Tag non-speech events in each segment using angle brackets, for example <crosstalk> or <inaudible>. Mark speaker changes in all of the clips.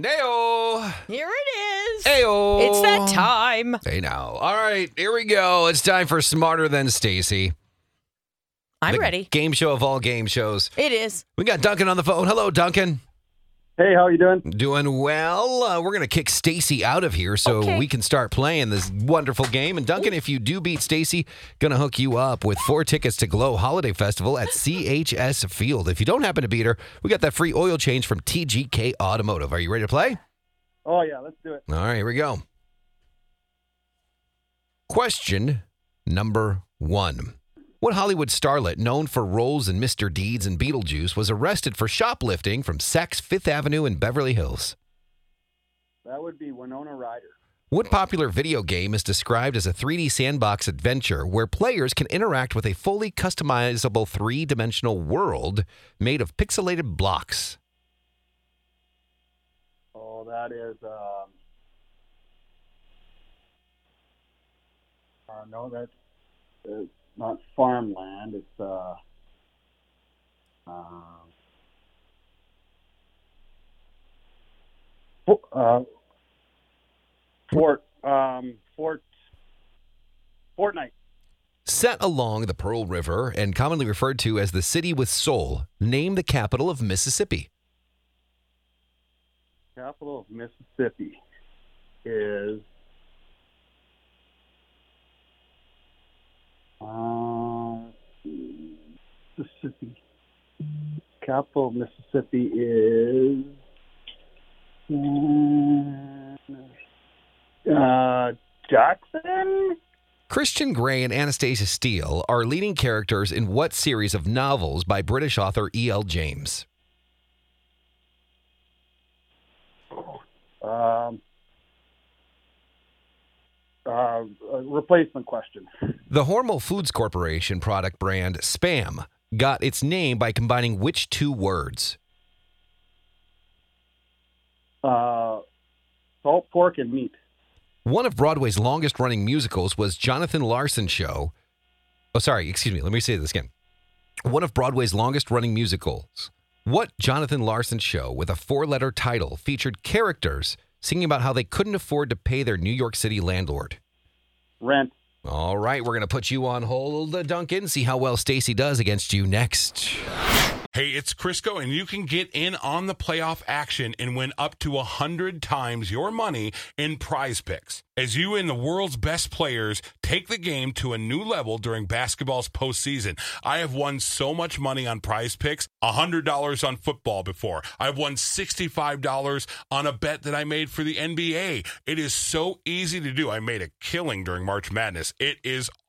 Speaker 1: Nail.
Speaker 2: Here it is.
Speaker 1: Ayo.
Speaker 2: It's that time.
Speaker 1: Hey now. All right, here we go. It's time for Smarter Than Stacy.
Speaker 2: I'm
Speaker 1: the
Speaker 2: ready.
Speaker 1: Game show of all game shows.
Speaker 2: It is.
Speaker 1: We got Duncan on the phone. Hello, Duncan.
Speaker 3: Hey, how you doing?
Speaker 1: Doing well. Uh, we're gonna kick Stacy out of here so
Speaker 2: Okay.
Speaker 1: we can start playing this wonderful game. And Duncan, if you do beat Stacy, gonna hook you up with four tickets to Glow Holiday Festival at CHS Field. If you don't happen to beat her, we got that free oil change from TGK Automotive. Are you ready to play?
Speaker 3: Oh yeah, let's do it.
Speaker 1: All right, here we go. Question number one. What Hollywood starlet known for roles in Mr. Deeds and Beetlejuice was arrested for shoplifting from Saks Fifth Avenue in Beverly Hills?
Speaker 3: That would be Winona Ryder.
Speaker 1: What popular video game is described as a 3D sandbox adventure where players can interact with a fully customizable three dimensional world made of pixelated blocks?
Speaker 3: Oh, that is. Um, uh, no, that's uh, not farmland. It's. Uh, um, fo- uh, Fort. Um, Fort. Fortnite.
Speaker 1: Set along the Pearl River and commonly referred to as the City with Soul, named the capital of Mississippi.
Speaker 3: capital of Mississippi is um, Mississippi. Capital of Mississippi is uh, Jackson.
Speaker 1: Christian Grey and Anastasia Steele are leading characters in what series of novels by British author E.L. James?
Speaker 3: Um, uh, a replacement question.
Speaker 1: The Hormel Foods Corporation product brand Spam got its name by combining which two words?
Speaker 3: Uh, salt, pork, and meat.
Speaker 1: One of Broadway's longest running musicals was Jonathan Larson's show. Oh, sorry, excuse me. Let me say this again. One of Broadway's longest running musicals. What Jonathan Larson show with a four letter title featured characters singing about how they couldn't afford to pay their New York City landlord?
Speaker 3: Rent.
Speaker 1: All right, we're going to put you on hold, Duncan, see how well Stacy does against you next.
Speaker 4: Hey, it's Crisco, and you can get in on the playoff action and win up to 100 times your money in prize picks. As you and the world's best players take the game to a new level during basketball's postseason, I have won so much money on prize picks $100 on football before. I've won $65 on a bet that I made for the NBA. It is so easy to do. I made a killing during March Madness. It is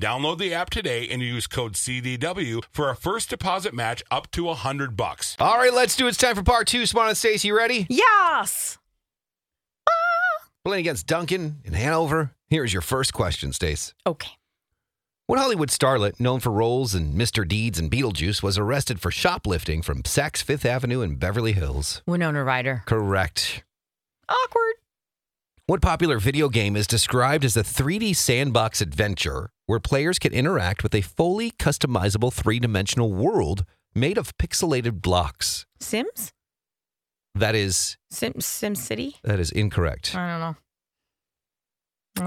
Speaker 4: download the app today and use code CDW for a first deposit match up to 100 bucks.
Speaker 1: All right, let's do it. It's time for part two. Spawn and Stacy, you ready?
Speaker 2: Yes.
Speaker 1: Playing against Duncan in Hanover. Here's your first question, Stace.
Speaker 2: Okay.
Speaker 1: What Hollywood starlet known for roles in Mr. Deeds and Beetlejuice was arrested for shoplifting from Saks Fifth Avenue in Beverly Hills?
Speaker 2: Winona Ryder.
Speaker 1: Correct.
Speaker 2: Awkward.
Speaker 1: What popular video game is described as a 3D sandbox adventure where players can interact with a fully customizable three dimensional world made of pixelated blocks?
Speaker 2: Sims?
Speaker 1: That is
Speaker 2: Sim Sim City?
Speaker 1: that is incorrect.
Speaker 2: I don't know.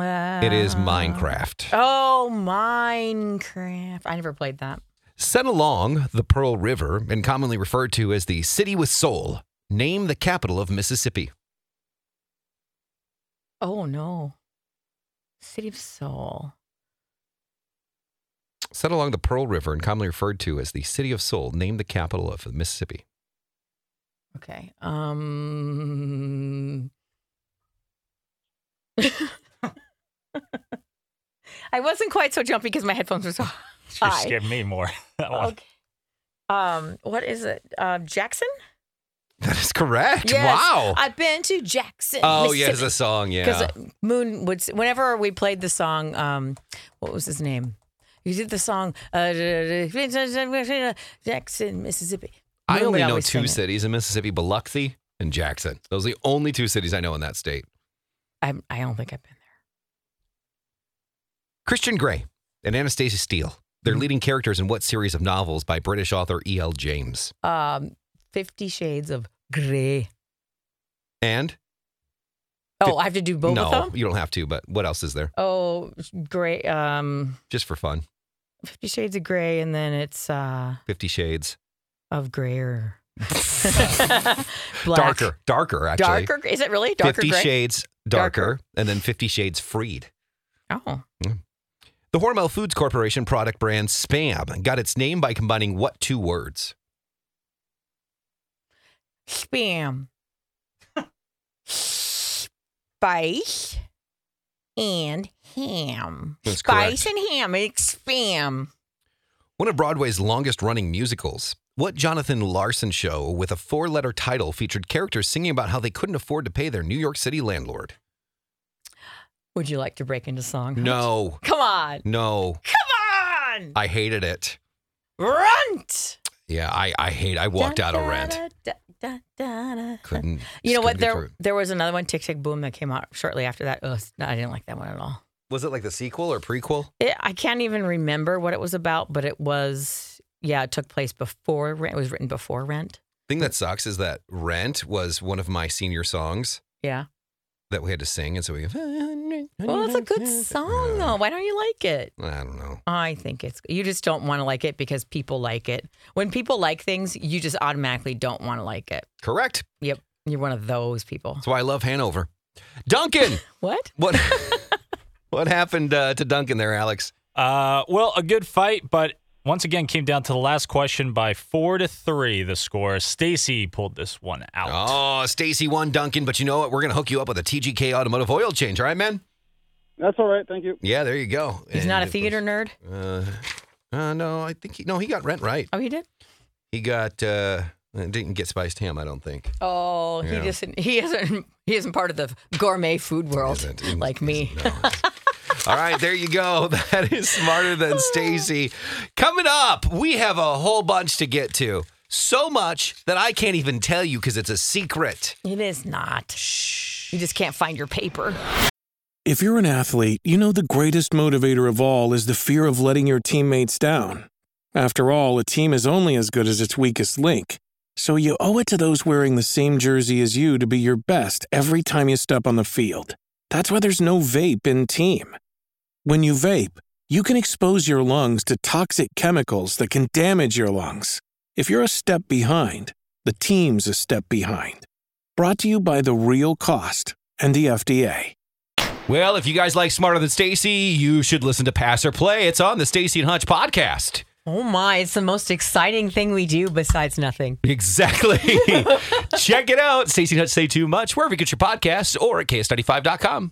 Speaker 2: Uh,
Speaker 1: It is Minecraft.
Speaker 2: Oh, Minecraft. I never played that.
Speaker 1: Set along the Pearl River and commonly referred to as the City with Soul, named the capital of Mississippi.
Speaker 2: Oh no. City of Soul.
Speaker 1: Set along the Pearl River and commonly referred to as the City of Soul, named the capital of Mississippi.
Speaker 2: Okay. Um <laughs> I wasn't quite so jumpy because my headphones were so
Speaker 5: You
Speaker 2: high.
Speaker 1: Oh,
Speaker 5: scared me more. That one.
Speaker 2: Okay. Um, what is it? Uh, Um, Jackson?
Speaker 1: That is correct.
Speaker 2: Yes,
Speaker 1: Wow.
Speaker 2: I've been to Jackson.
Speaker 1: oh, yeah, it's
Speaker 2: Mississippi.
Speaker 1: a song.
Speaker 2: Because
Speaker 1: Yeah.
Speaker 2: Moon would, s- whenever we played the song, um, what was his name? You did the song uh, Jackson, Mississippi.
Speaker 1: I
Speaker 2: Moon would
Speaker 1: only know
Speaker 2: always sing
Speaker 1: two
Speaker 2: it.
Speaker 1: cities in Mississippi Biloxi and Jackson. Those are the only two cities I know in that state.
Speaker 2: I, I don't think I've been there.
Speaker 1: Christian Grey and Anastasia Steele. They're
Speaker 2: Hmm.
Speaker 1: leading characters in what series of novels by British author E.L. James?
Speaker 2: Um, Fifty Shades of Grey.
Speaker 1: And
Speaker 2: Oh, I have to do both
Speaker 1: no,
Speaker 2: of them.
Speaker 1: you don't have to, but what else is there?
Speaker 2: Oh, Grey. Um,
Speaker 1: Just for fun.
Speaker 2: Fifty Shades of Grey, and then it's uh,
Speaker 1: Fifty Shades. <laughs>
Speaker 2: of grayer, <laughs> Black.
Speaker 1: Darker. Darker, actually.
Speaker 2: darker. Is it really darker?
Speaker 1: Fifty
Speaker 2: gray?
Speaker 1: Shades darker,
Speaker 2: Darker.
Speaker 1: and then Fifty Shades Freed.
Speaker 2: Oh,
Speaker 1: The Hormel Foods Corporation product brand Spam got its name by combining what two words?
Speaker 2: spam, spice, and ham.
Speaker 1: That's
Speaker 2: spice and ham. It's spam.
Speaker 1: One of Broadway's longest running musicals. What Jonathan Larson show with a four letter title featured characters singing about how they couldn't afford to pay their New York City landlord?
Speaker 2: Would you like to break into song? huh?
Speaker 1: No,
Speaker 2: Come on.
Speaker 1: no.
Speaker 2: Come on.
Speaker 1: I hated it.
Speaker 2: Runt.
Speaker 1: Yeah, I, I hate I walked out of rent. Couldn't
Speaker 2: rent. You
Speaker 1: just
Speaker 2: know
Speaker 1: couldn't
Speaker 2: what?
Speaker 1: get
Speaker 2: There,
Speaker 1: through.
Speaker 2: there was another one, Tick Tick Boom, that came out shortly after that. Ugh, no, I didn't like that one at all.
Speaker 1: was it like the sequel or prequel?
Speaker 2: It, I can't even remember what it was about, but it was yeah, it took place before Rent. It was written before Rent.
Speaker 1: thing that sucks is that Rent was one of my senior songs
Speaker 2: Yeah.
Speaker 1: that we had to sing, and so we.
Speaker 2: Well, it's a good song
Speaker 1: Yeah.
Speaker 2: though. Why don't you like it?
Speaker 1: I don't know.
Speaker 2: I think it's you just don't want to like it because people like it. When people like things, you just automatically don't want to like it.
Speaker 1: Correct.
Speaker 2: Yep, you're one of those people.
Speaker 1: That's why I love Hanover. Duncan,
Speaker 2: What? <laughs>
Speaker 1: what what happened uh, to Duncan there, Alex?
Speaker 5: Uh, well, a good fight, but once again came down to the last question by four to three. The score. Stacy pulled this one out.
Speaker 1: Oh, Stacy won Duncan, but you know what? We're gonna hook you up with a TGK automotive oil change. All right, man.
Speaker 3: That's all right. Thank you.
Speaker 1: Yeah, there you go.
Speaker 2: He's
Speaker 1: And
Speaker 2: not a
Speaker 1: it was-
Speaker 2: theater nerd.
Speaker 1: Uh, uh, no, I think he, no, he got Rent right.
Speaker 2: Oh, he did.
Speaker 1: He got uh, didn't get Spiced Ham, I don't think.
Speaker 2: Oh,
Speaker 1: Yeah.
Speaker 2: he doesn't. He isn't. He isn't part of the gourmet food world
Speaker 1: Isn't- isn't-
Speaker 2: like me.
Speaker 1: isn't- no. All right, there you go. <laughs> That is smarter than Stacy. Coming up, we have a whole bunch to get to. So much that I can't even tell you because it's a secret.
Speaker 2: It is not. You just can't find your paper.
Speaker 6: If you're an athlete, you know the greatest motivator of all is the fear of letting your teammates down. After all, a team is only as good as its weakest link. So you owe it to those wearing the same jersey as you to be your best every time you step on the field. That's why there's no vape in team. When you vape, you can expose your lungs to toxic chemicals that can damage your lungs. If you're a step behind, the team's a step behind. Brought to you by The Real Cost and the FDA.
Speaker 1: Well, if you guys like Smarter Than Stacy, you should listen to Pass or Play. It's on the Stacy and Hutch podcast. <laughs>
Speaker 2: Oh my! It's the most exciting thing we do besides nothing.
Speaker 1: Exactly. <laughs> Check it out. Stacy and Hutch say too much, wherever you get your podcasts or at ks95.com.